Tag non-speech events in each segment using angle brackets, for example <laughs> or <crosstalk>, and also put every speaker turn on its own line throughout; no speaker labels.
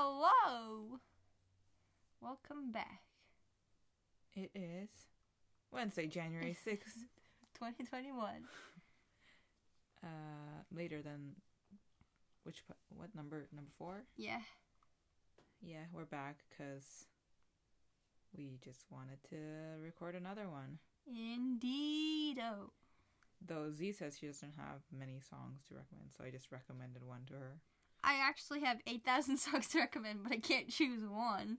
Hello. Welcome back.
It is Wednesday, January 6th.
2021.
uh, later than which po- what number? Number 4?
Yeah.
Yeah, we're back cuz we just wanted to record another one.
Indeedo.
Though Z says she doesn't have many songs to recommend, so I just recommended one to her.
I actually have 8,000 <laughs> songs to recommend, but I can't choose one,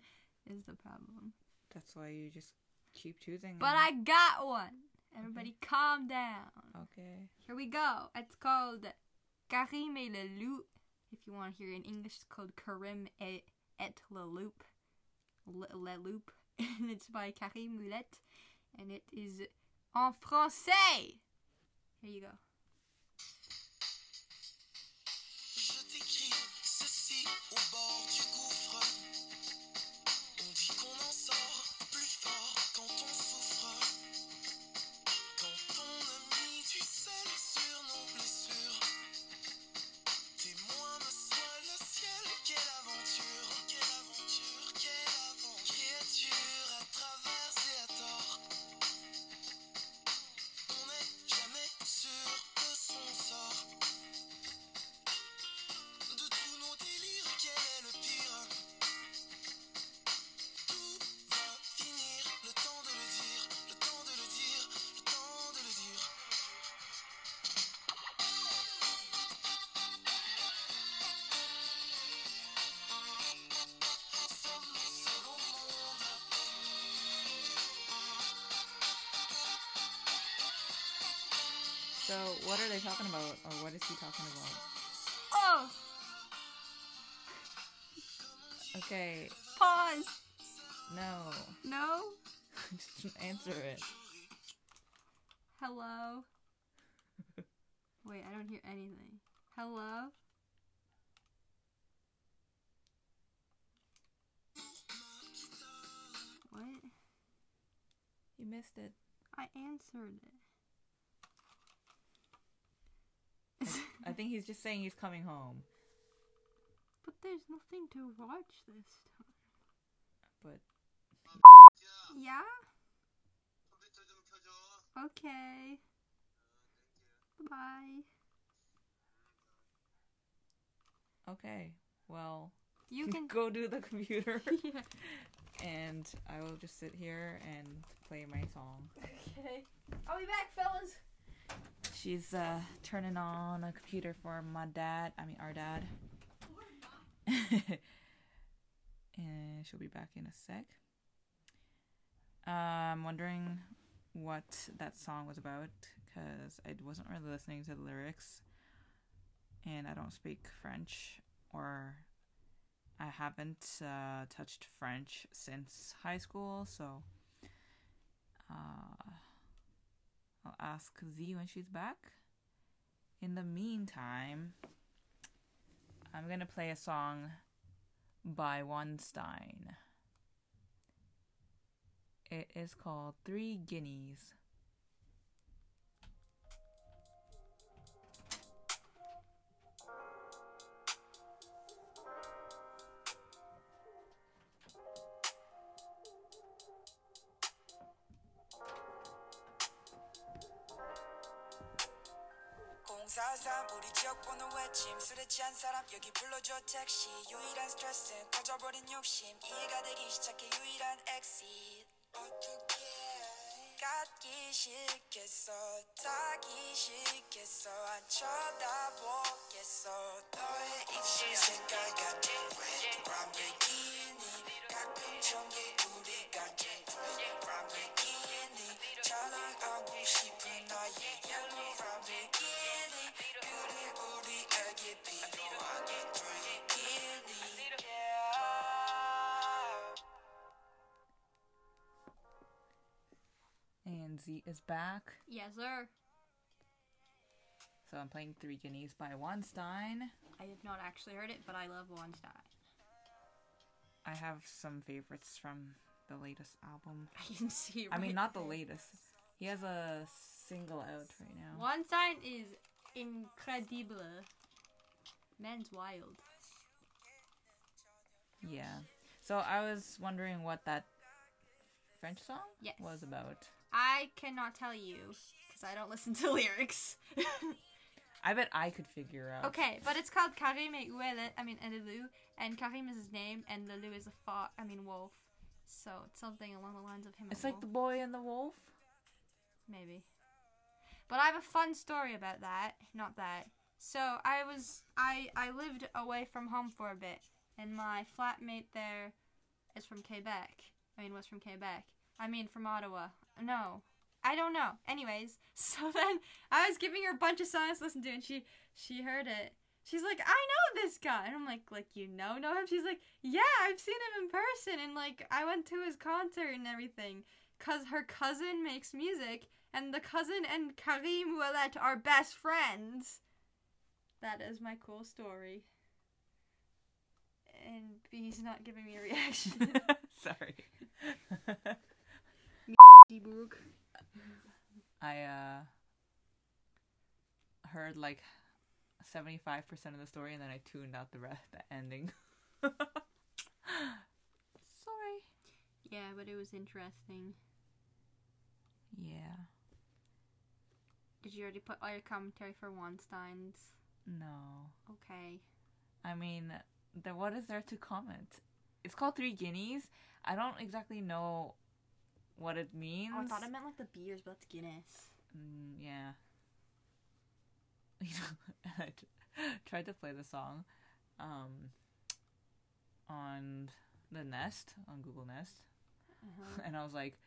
is the problem.
That's why you just keep choosing.
But I got one. Everybody calm down.
Okay.
Here we go. It's called Karim et le Loup. If you want to hear it in English, it's called Karim et, et le Loup. Le, le Loup. <laughs> And it's by Karim Moulette. And it is en français. Here you go.
Je t'écris ceci au bord du gouffre. On dit qu'on en sort plus fort quand on souffre. Quand on a mis du sel sur nos blessures. Témoin me soit le ciel. Quelle aventure, quelle aventure, quelle aventure. Créature à travers et à tort. On n'est jamais sûr de son sort. De tous nos délires, quel est le pire Tout va finir, le temps de le dire, le temps de le dire, le temps de le dire. Sommes-nous seuls au monde
So, what are they talking about or what is he talking about?
Oh!
Okay.
Pause.
No. <laughs>
No.
just answer it.
Hello. Wait, I don't hear anything. Hello. What?
You missed it.
I answered it. <laughs>
I think he's just saying he's coming home,
But there's nothing to watch this time.
but
Yeah? Okay. Bye.
Okay. Well, <laughs>
You can.
go do the computer <laughs>
<laughs> yeah.
and I will just sit here and play my song.
Okay. I'll be back, fellas.
She's uh turning on a computer for my dad, I mean our dad. <laughs> and she'll be back in a sec. Uh, I'm wondering what that song was about cuz I wasn't really listening to the lyrics and I don't speak French or I haven't uh, touched French since high school, so uh, I'll ask Z when she's back. In the meantime, I'm gonna play a song by Weinstein. It is called Three Guineas.
공사사 우리 지역 번호 외침 술에 취한 사람 여기 불러줘 택시 유일한 스트레스는 커져버린 욕심 이해가 되기 시작해 유일한 엑시 어떻게 갖기 싫겠어 타기 싫겠어 안 쳐다보겠어 너의 입술 색깔 같은 람보르기니 가끔 전기 우리 같은 람보르기니 자랑하고 싶은 나의 옐로우 람보르기니 뷰를 우리에게 필요하게 돌리기니 yeah.
And Z is back.
Yes, sir.
So I'm playing Three Guineas by Weinstein.
I have not actually heard it, but I love Weinstein.
I have some favorites from the latest album.
<laughs> I can see.
I
Right <laughs>
mean, not the latest. He has a single out right now.
Weinstein is incredible. Man's wild.
Yeah. So I was wondering what that French song
Yes.
was about.
I cannot tell you because I don't listen to <laughs> lyrics.
I bet I could figure out.
okay, but it's called Karim et Ouellet, I mean, and Lelou, and Karim is his name, and Lelou is a fox, I mean, wolf. So it's something along the lines of him.
It's
a wolf.
like the boy and the
<laughs>
wolf. <laughs>
Maybe. But I have a fun story about that. Not that. So I was I I lived away from home for a bit, and my flatmate there is from Quebec. I mean, was from Quebec. I mean, from Ottawa. No, I don't know. Anyways, <laughs> so then I was giving her a bunch of songs to listen to, and she she heard it. She's like, I know this guy, and I'm like, like you know know him? She's like, yeah, I've seen him in person, and like I went to his concert and everything. Cause her cousin makes music, and the cousin and Karim Ouellet are best friends. That is my cool story. And he's not giving me a
<laughs>
reaction.
Sorry.
Debrook.
I uh heard like seventy five percent of the story and then I tuned out the rest the ending. <laughs> Sorry.
Yeah, but it was interesting.
Yeah.
Did you already put all your commentary for Wanstein's?
No.
Okay.
I mean, there, what is there to comment? It's called Three Guineas. I don't exactly know what it means.
Oh, I thought I meant like the beers, but that's Guinness.
Mm, yeah. <laughs> You know, <laughs> I t- tried to play the song um, on the Nest, on Google Nest,
Uh-huh.
<laughs> and I was like,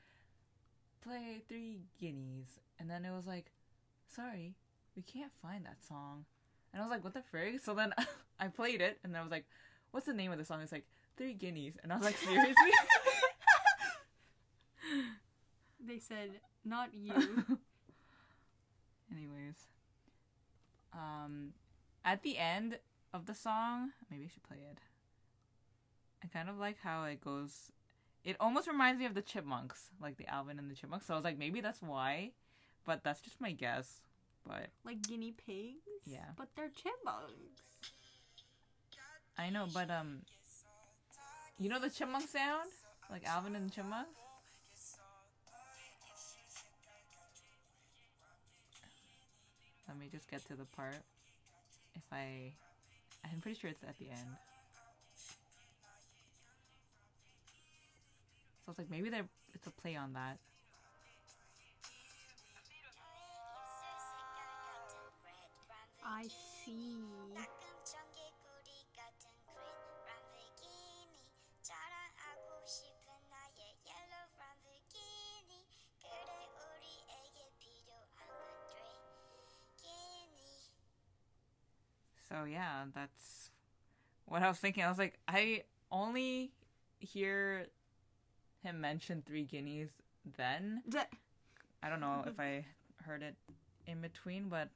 play Three Guineas. And then it was like, sorry, we can't find that song. And I was like, what the frig? So then <laughs> I played it, and I was like, what's the name of the song? It's like, Three Guineas. And I was like, seriously? <laughs>
They said, not <laughs> you.
Anyways, um, at the end of the song, maybe I should play it. I kind of like how it goes. It almost reminds me of the Chipmunks, like the Alvin and the Chipmunks. So I was like, maybe that's why, but that's just my guess. But
like guinea pigs?
Yeah.
But they're chipmunks.
I know, but um, you know the Chipmunk sound, like Alvin and the Chipmunks. Let me just get to the part. If I, I'm pretty sure it's at the end. So it's like maybe there, it's a play on that.
I see.
So yeah, that's what I was thinking. I was like, I only hear him mention three guineas then. I don't know if I heard it in between, but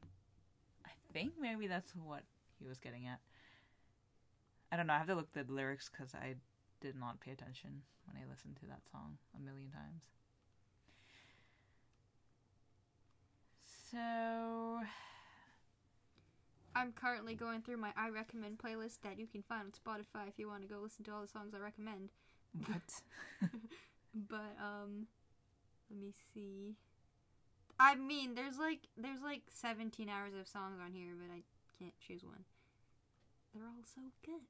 I think maybe that's what he was getting at. I don't know. I have to look at the lyrics because I did not pay attention when I listened to that song a million times. So,
I'm currently going through my I recommend playlist that you can find on Spotify if you want to go listen to all the songs I recommend.
<laughs> what?
But um let me see. I mean, there's like there's like 17 hours of songs on here, but I can't choose one. They're all so good.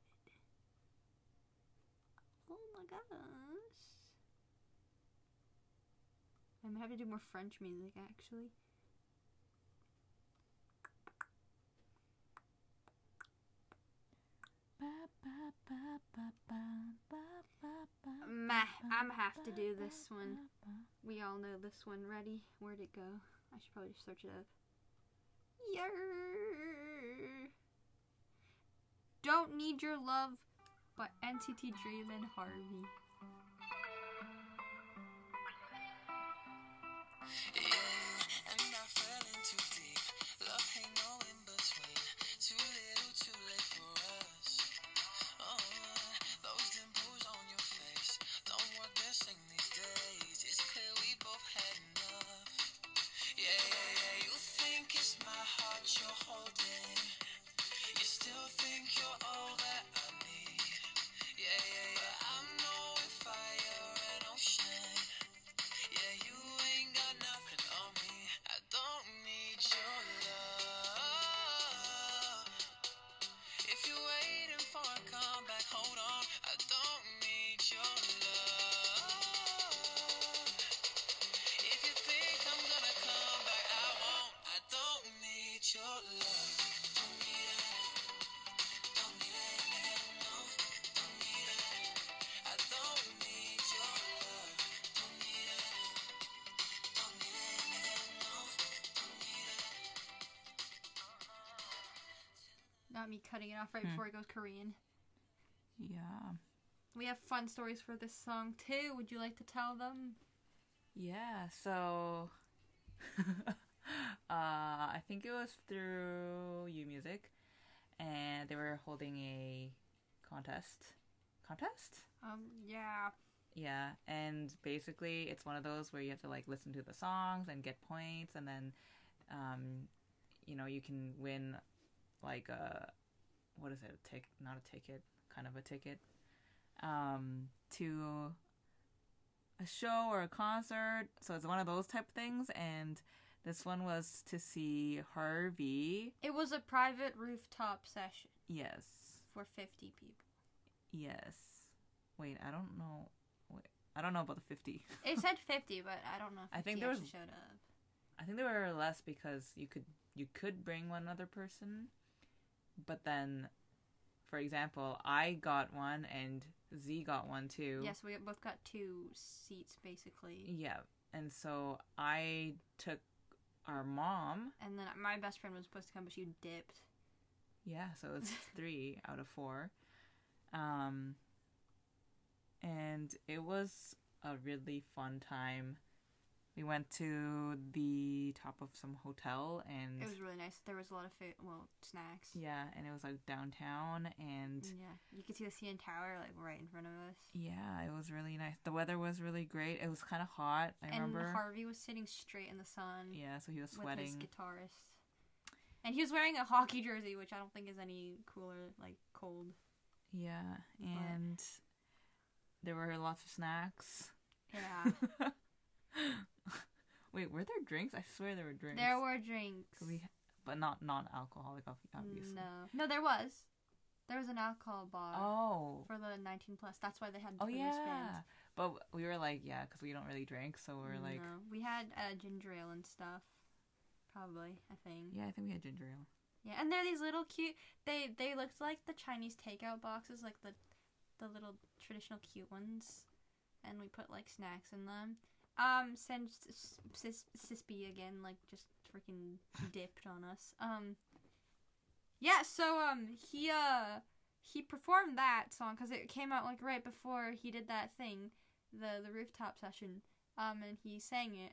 Oh my gosh. I'm gonna have to do more French music actually. Meh, I'm have to do this one. We all know this one. Ready? Where'd it go? I should probably just search it up. Yer. Don't Need Your Love by NCT Dream and Harvey.
Yeah, and I fell in too deep. Love ain't no in between. Too little, too late for us. Oh, those dimples on your face don't work the same these days. It's clear we both had enough. Yeah, yeah, yeah. You think it's my heart you're holding. You still think you're all that I need. Yeah, yeah,
not me cutting it off right
Hmm.
before it goes Korean.
Yeah.
We have fun stories for this song too. Would you like to tell them?
Yeah, so <laughs> uh I think it was through U Music and they were holding a contest. Contest?
Um, yeah.
Yeah, and basically it's one of those where you have to like listen to the songs and get points and then um you know, you can win like a what is it? A tick not a ticket, kind of a ticket. Um to a show or a concert. So it's one of those type of things and this one was to see Harvey.
It was a private rooftop session
Yes.
for 50 people.
Yes. Wait, I don't know. Wait, I don't know about the <laughs> 50.
It said 50, but I don't know if
I think
50
there was-
actually showed up.
I think they were less because you could you could bring one other person, but then, for example, I got one and Z got one too.
Yes, we both got two seats basically.
Yeah, and so I took our mom.
And then my best friend was supposed to come, but she dipped.
Yeah, so
<laughs>
it's three out of four. Um, and it was a really fun time. We went to the top of some hotel and.
It was really nice. There was a lot of food, well, snacks.
Mm. yeah, and it was like downtown, and
Yeah. You could see the CN Tower like right in front of us.
Yeah, it was really nice. The weather was really great. It was kind of hot. I
and
remember.
Harvey was sitting straight in the sun
yeah, so he was
with his
sweating.
guitarist. And he was wearing a hockey jersey, which I don't think is any cooler, like cold.
<laughs> Yeah, and there were lots of snacks.
Yeah.
<laughs> Wait, were there drinks? I swear there were drinks.
there were drinks.
We, but not non-alcoholic, ob- obviously.
No. No, there was. There was an alcohol bar
Oh.
for the 19 plus. That's why they had
Oh
the
yeah.
wristbands.
But we were like, yeah, because we don't really drink, so we were like,
No. we had uh, ginger ale and stuff. Probably, I think.
yeah, I think we had ginger ale.
Yeah, and they're these little cute. They they looked like the Chinese takeout boxes, like the the little traditional cute ones, and we put like snacks in them. Um, send Sis- Sis- Sispy again, like just freaking dipped on us. Um, yeah, so um he uh he performed that song because it came out like right before he did that thing, the the rooftop session. Um, and he sang it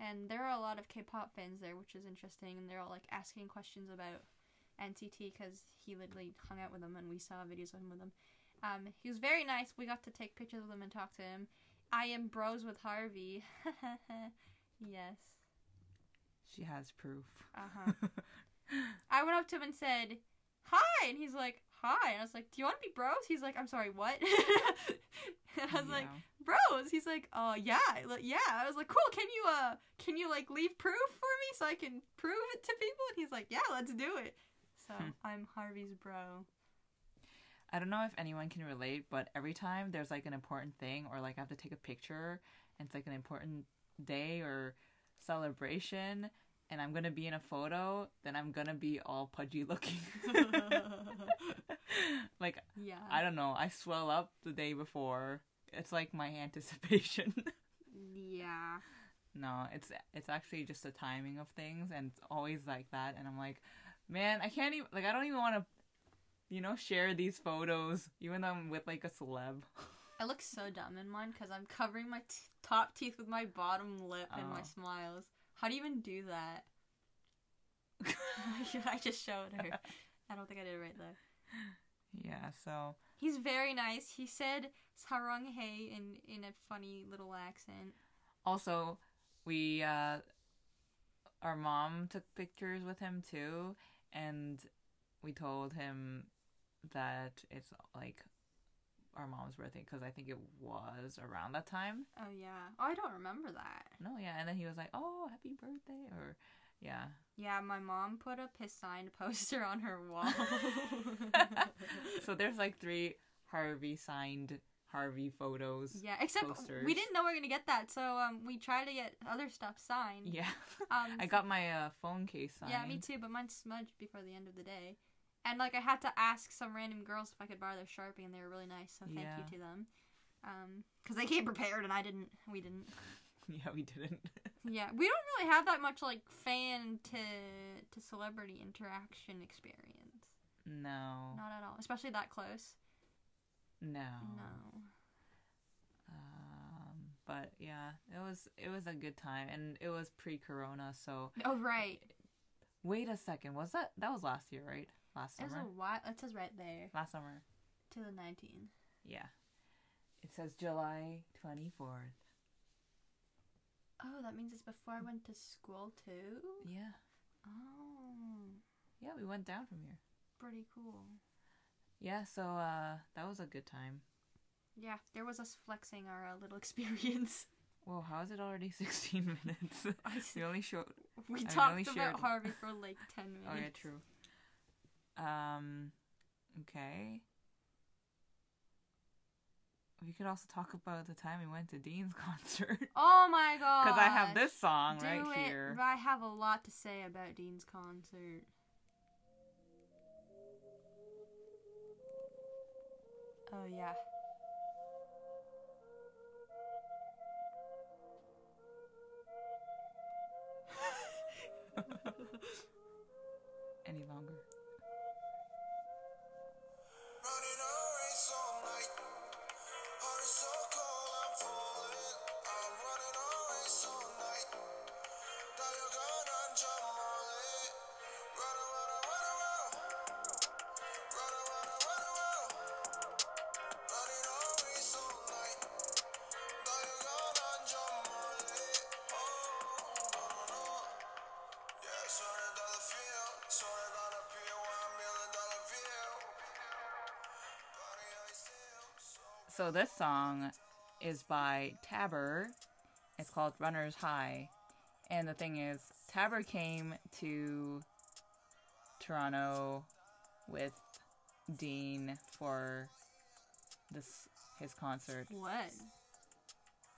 and there are a lot of K-pop fans there, which is interesting, and they're all like asking questions about NCT because he literally hung out with them, and we saw videos of him with them. Um, he was very nice. We got to take pictures of him and talk to him. I am bros with Harvey. <laughs> yes.
She has proof.
<laughs>
<laughs>
Uh-huh. I went up to him and said, "Hi," and he's like, "Hi," and I was like, "Do you want to be bros?" He's like, "I'm sorry, what?" <laughs> and I was like,
<laughs> Yeah.
bros he's like uh yeah li- yeah i was like cool can you uh can you like leave proof for me so i can prove it to people and he's like yeah let's do it so
Hmm.
i'm harvey's bro
I don't know if anyone can relate, but every time there's like an important thing or like I have to take a picture and it's like an important day or celebration and I'm gonna be in a photo, then I'm gonna be all pudgy looking. <laughs> like
<laughs> yeah
I don't know, I swell up the day before. It's like my <laughs> anticipation. <laughs>
yeah
no, it's it's actually just the timing of things and it's always like that and I'm like, man, I can't even like I don't even wanna you know, share these photos, even though I'm with like a celeb. <laughs>
i look so dumb in mine because i'm covering my t- top teeth with my bottom lip and my
Oh.
smiles how do you even do that <laughs> i just showed her i don't think i did it right though
Yeah, so
he's very nice he said sarong hey in in a funny little accent
also we uh our mom took pictures with him too and we told him that it's like our mom's birthday because I think it was around that time.
oh yeah oh i don't remember that
No, yeah, and then he was like, "Oh, happy birthday!" or yeah. <laughs>
Yeah, my mom put up his signed poster on her wall. <laughs>
so there's like three Harvey signed Harvey photos.
yeah, except
Posters.
we didn't know we were gonna get that, so um, we tried to get other stuff signed.
Yeah.
<laughs> Um,
I got my uh, phone case signed.
Yeah, me too, but mine smudged before the end of the day. And like I had to ask some random girls if I could borrow their sharpie, and they were really nice, so thank
Yeah.
you to them. Um, because they came prepared, and I didn't. We didn't.
<laughs> Yeah, we didn't.
Yeah, we don't really have that much like fan to to celebrity interaction experience.
No.
Not at all. Especially that close.
No.
No.
Um, but yeah, it was it was a good time, and it was pre-corona. So
Oh right.
wait a second, was that that was last year, right? Last
It was
summer.
a while. It says right there.
Last summer.
To the 19.
Yeah. It says July twenty fourth.
Oh, that means it's before I went to school too.
Yeah.
Oh,
Yeah, we went down from here.
pretty cool.
Yeah, so uh that was a good time.
Yeah, there was us flexing our uh, little <laughs> experience.
Whoa, how is it already <laughs> 16 minutes?
<laughs> I s-
we only showed.
we
I
talked
really
about
shared-
Harvey for
<laughs>
like 10 minutes.
Oh, yeah, true. Um, okay. We could also talk about the time we went to Dean's <laughs> concert.
Oh my god.
Because I have this song
Do
right
it.
here.
I have a lot to say about Dean's concert. Oh yeah.
<laughs> Any longer.
Running a race all night. Heart is so cold, I'm falling. I'm running a race all night. 달려간 한참 멀리. Run around, run around. Run around, run around. Running a race all night. 달려간 한참 멀리. Oh, no, no. Yeah, sorry dollar feel, sorry dollar feel, one million dollar feel. Body I still, so
So this song is by Tabor. It's called Runner's High. And the thing is, Tabor came to Toronto with Dean for this his concert.
What?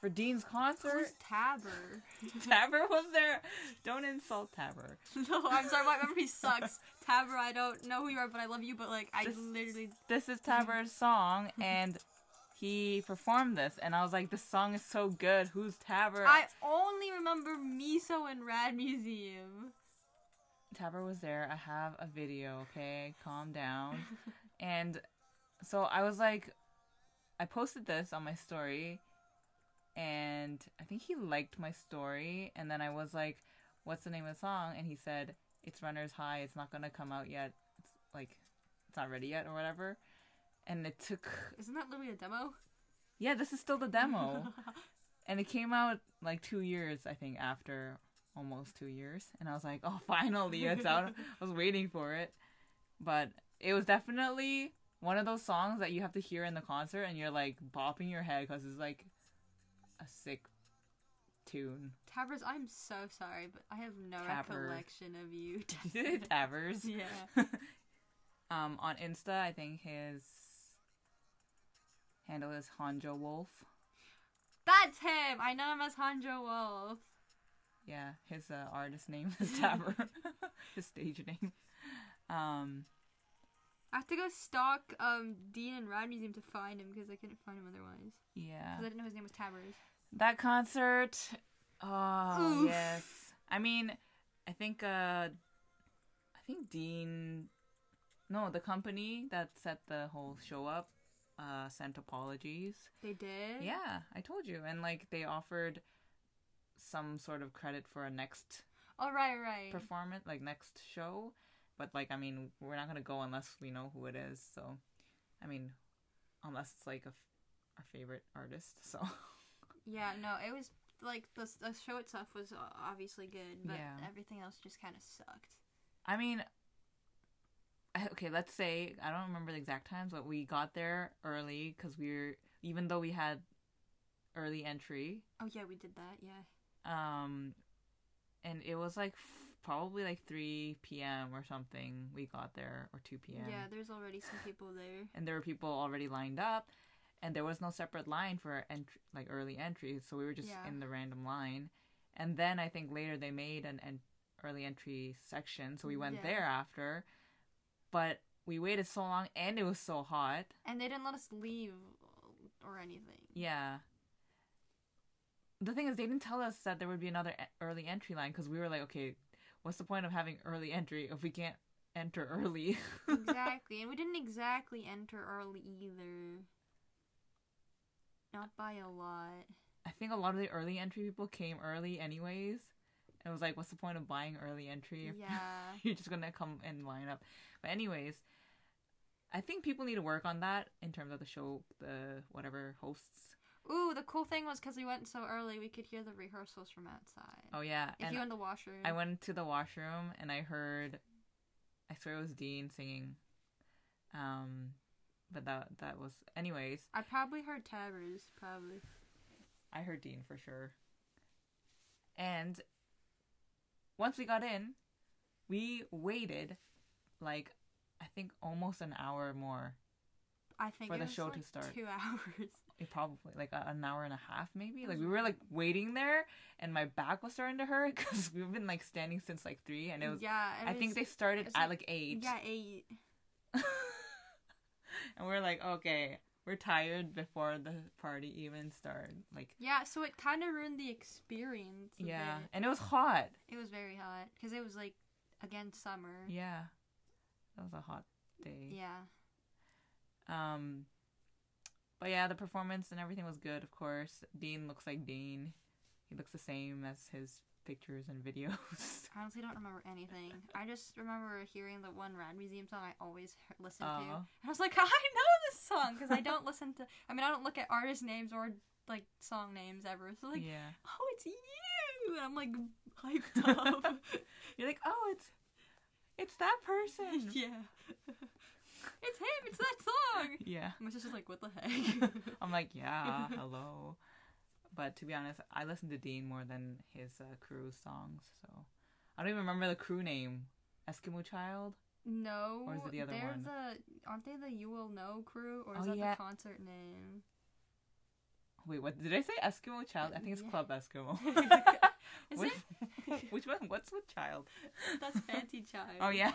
For Dean's
<laughs>
concert,
Who's Tabor?
Tabor was there. Don't insult Tabor.
no, I'm sorry. My memory
<laughs>
sucks. Tabor, I don't know who you are, but I love you. But like, I
This-
literally
This is Tabor's song and he performed this and I was like this song is so good. Who's Tabor?
I only remember Miso and Rad Museum.
Tabor was there. I have a video, okay? Calm down. and so I was like, I posted this on my story, and I think he liked my story. And then I was like, What's the name of the song? And he said, It's Runner's High. It's not going to come out yet. It's like, it's not ready yet or whatever. And it took,
Isn't that literally a demo?
yeah, this is still
<laughs>
the demo. and it came out like two years, I think, after almost two years. And I was like, oh, <laughs> finally, it's out. I was waiting for it. But it was definitely one of those songs that you have to hear in the concert and you're like bopping your head because it's like a sick tune. <laughs>
Tabers, I'm so sorry, but I have no
Tabor.
recollection of
<laughs>
you. <laughs>
Tavers.
yeah.
Um, on Insta, I think his handle is Hanjo Wolf.
That's him! I know him as Hanjo Wolf.
Yeah, his uh, artist name is Taver. <laughs> his stage name. Um,
I have to go stalk um, Dean and Rad Museum to find him because I couldn't find him otherwise.
yeah.
Because I didn't know his name was Tabers.
That concert. Oh,
Oof.
yes. I mean, I think uh I think Dean no, the company that set the whole show up uh sent apologies.
They did?
Yeah, I told you. And like they offered some sort of credit for a next
Oh, right, right.
performance, like next show. But like, I mean, we're not gonna go unless we know who it is. So, I mean, unless it's like a f- our favorite artist. So <laughs>
yeah, no, it was like the, the show itself was uh, obviously good, but
Yeah.
everything else just kind of sucked.
I mean, I- okay, let's say I don't remember the exact times, but we got there early because we were even though we had early entry,
Oh, yeah, we did that, yeah.
um, and it was like f- probably like three p.m. or something. We got there or two p.m.
Yeah, there's already some people there.
and there were people already lined up and there was no separate line for ent- like early entry so we were just
Yeah.
in the random line and then i think later they made an en- early entry section so we went
Yeah.
there after but we waited so long and it was so hot
And they didn't let us leave or anything.
yeah the thing is they didn't tell us that there would be another e- early entry line because we were like okay what's the point of having early entry if we can't enter early.
<laughs> exactly. And we didn't exactly enter early either. Not by a lot.
I think a lot of the early entry people came early anyways. It was like, what's the point of buying early entry? if
Yeah.
<laughs> You're just gonna come and line up. But anyways, I think people need to work on that in terms of the show, the whatever hosts.
Ooh, the cool thing was because we went so early, we could hear the rehearsals from outside.
Oh yeah,
if
and
you in the washroom.
I went to the washroom and I heard, I swear it was Dean singing, um, but that that was anyways.
I probably heard Tavers, probably.
I heard Dean for sure. And once we got in, we waited like I think almost an hour more.
I think
For
it
the
was,
show
like,
to start.
Two <laughs> hours.
It probably like a- an hour and a half maybe. Like we were like waiting there and my back was starting to hurt <laughs> cuz we've been like standing since like 3 and it was
yeah, it
I think
was-
they started
it's
at
like-
like 8.
Yeah, eight.
<laughs> and we are like okay, we're tired before the party even started. Like
Yeah, so it kind of ruined the experience. a
yeah,
bit.
and it was hot.
it was very hot because it was like again summer.
Yeah. That was a hot day.
yeah.
Um, but yeah, the performance and everything was good, of course. Dean looks like Dean. He looks the same as his pictures and videos. <laughs>
I honestly don't remember anything. I just remember hearing the one Rad Museum song I always he- listen to.
Oh.
And I was like, <laughs> I know this song because I don't listen to. I mean, I don't look at artist names or like song names ever. So like,
yeah.
oh, it's you, and I'm like
<laughs>
hyped up.
You're like, oh, it's it's that
<laughs>
person.
yeah, it's him. It's that song.
yeah.
And my sister's like, what the
<laughs>
heck?
I'm like, yeah, hello. But to be honest, I listened to Dean more than his uh, crew songs, so I don't even remember the crew name. Eskimo Child.
no,
Or is it the other
they're
one?
the aren't they the You Will Know crew or is
Oh,
that
yeah.
the concert name?
Wait, what did I say? Eskimo Child. I think it's
Yeah.
Club Eskimo.
<laughs> Is
which, <laughs>
<laughs>
which one? What's with child?
it?
<laughs>
That's Fancy Child. <laughs>
Oh yeah.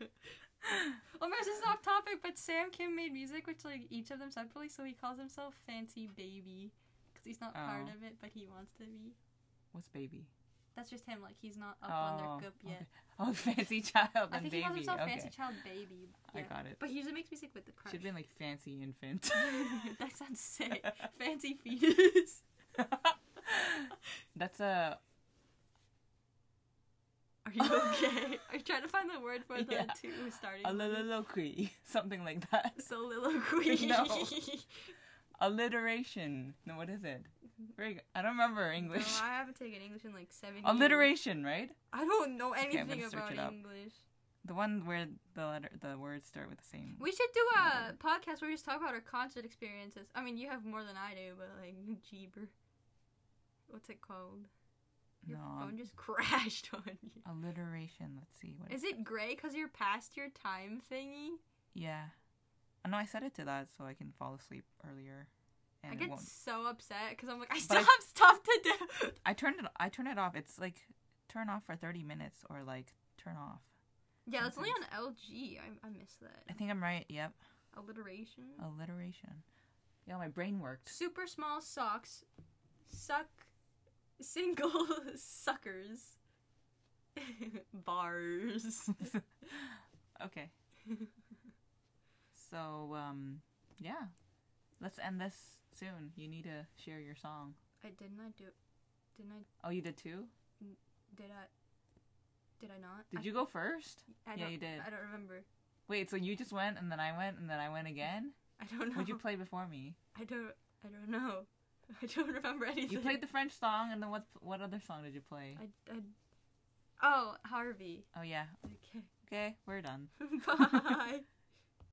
Well, Mars, Oh this is off topic, but Sam Kim made music, which like each of them separately, so he calls himself Fancy Baby because he's not part
Oh.
of it, but he wants to be.
What's baby?
That's just him. Like he's not up on their cup yet.
okay. Oh, fancy child
I
and
think
baby.
he calls himself
okay.
Fancy Child Baby.
I
yeah.
got it.
But he usually makes music with the crush.
Should have been like fancy infant.
<laughs>
<laughs>
that sounds sick. Fancy fetus.
That's a
Are you
<laughs>
okay? I'm trying to find the word for the
Yeah.
two starting.
a
with
soliloquy, <laughs> something
<laughs>
like that.
soliloquy. <laughs>
No. Alliteration. No, what is it? Very good. I don't remember
No,
English.
I haven't taken English in like seven. years.
<laughs> Alliteration, right?
I don't know
I'm
anything
gonna search
about
it up.
English.
The one where the letter, the words start with the same.
We should do a podcast where we just talk about our concert experiences. I mean, you have more than I do, but like, jeeber. What's it called? Your
no.
phone just <laughs> crashed on you.
Alliteration. Let's see. What
Is it gray because you're past your time thingy?
Yeah. I know I set it to that so I can fall asleep earlier. And
I
it
get
won't.
so upset because I'm like, I still
But I-
have stuff to
<laughs>
do.
I turned it. I turn it off. It's like turn off for thirty minutes or like turn off.
Yeah, that's only on LG. I, I miss
I
that.
think I'm right. Yep.
Alliteration.
Oh. Alliteration. Yeah, my brain worked.
Super small socks suck single <laughs> suckers. <laughs> Bars.
<laughs> okay. So um, yeah. Let's end this soon. You need to share your song.
I didn't I do didn't I
Oh, you did too.
Did I? Did I not?
Did
I-
you go first?
I
yeah,
don't-
you did.
I don't remember.
Wait, so you just went and then I went and then I went again.
<laughs> I don't know.
Would you play before me?
I don't. I don't know. <laughs> I don't remember anything.
You played the French song, and then what? What other song did you play?
I, I. Oh, Harvey.
Oh yeah.
Okay. <laughs>
Okay, we're done.
Bye.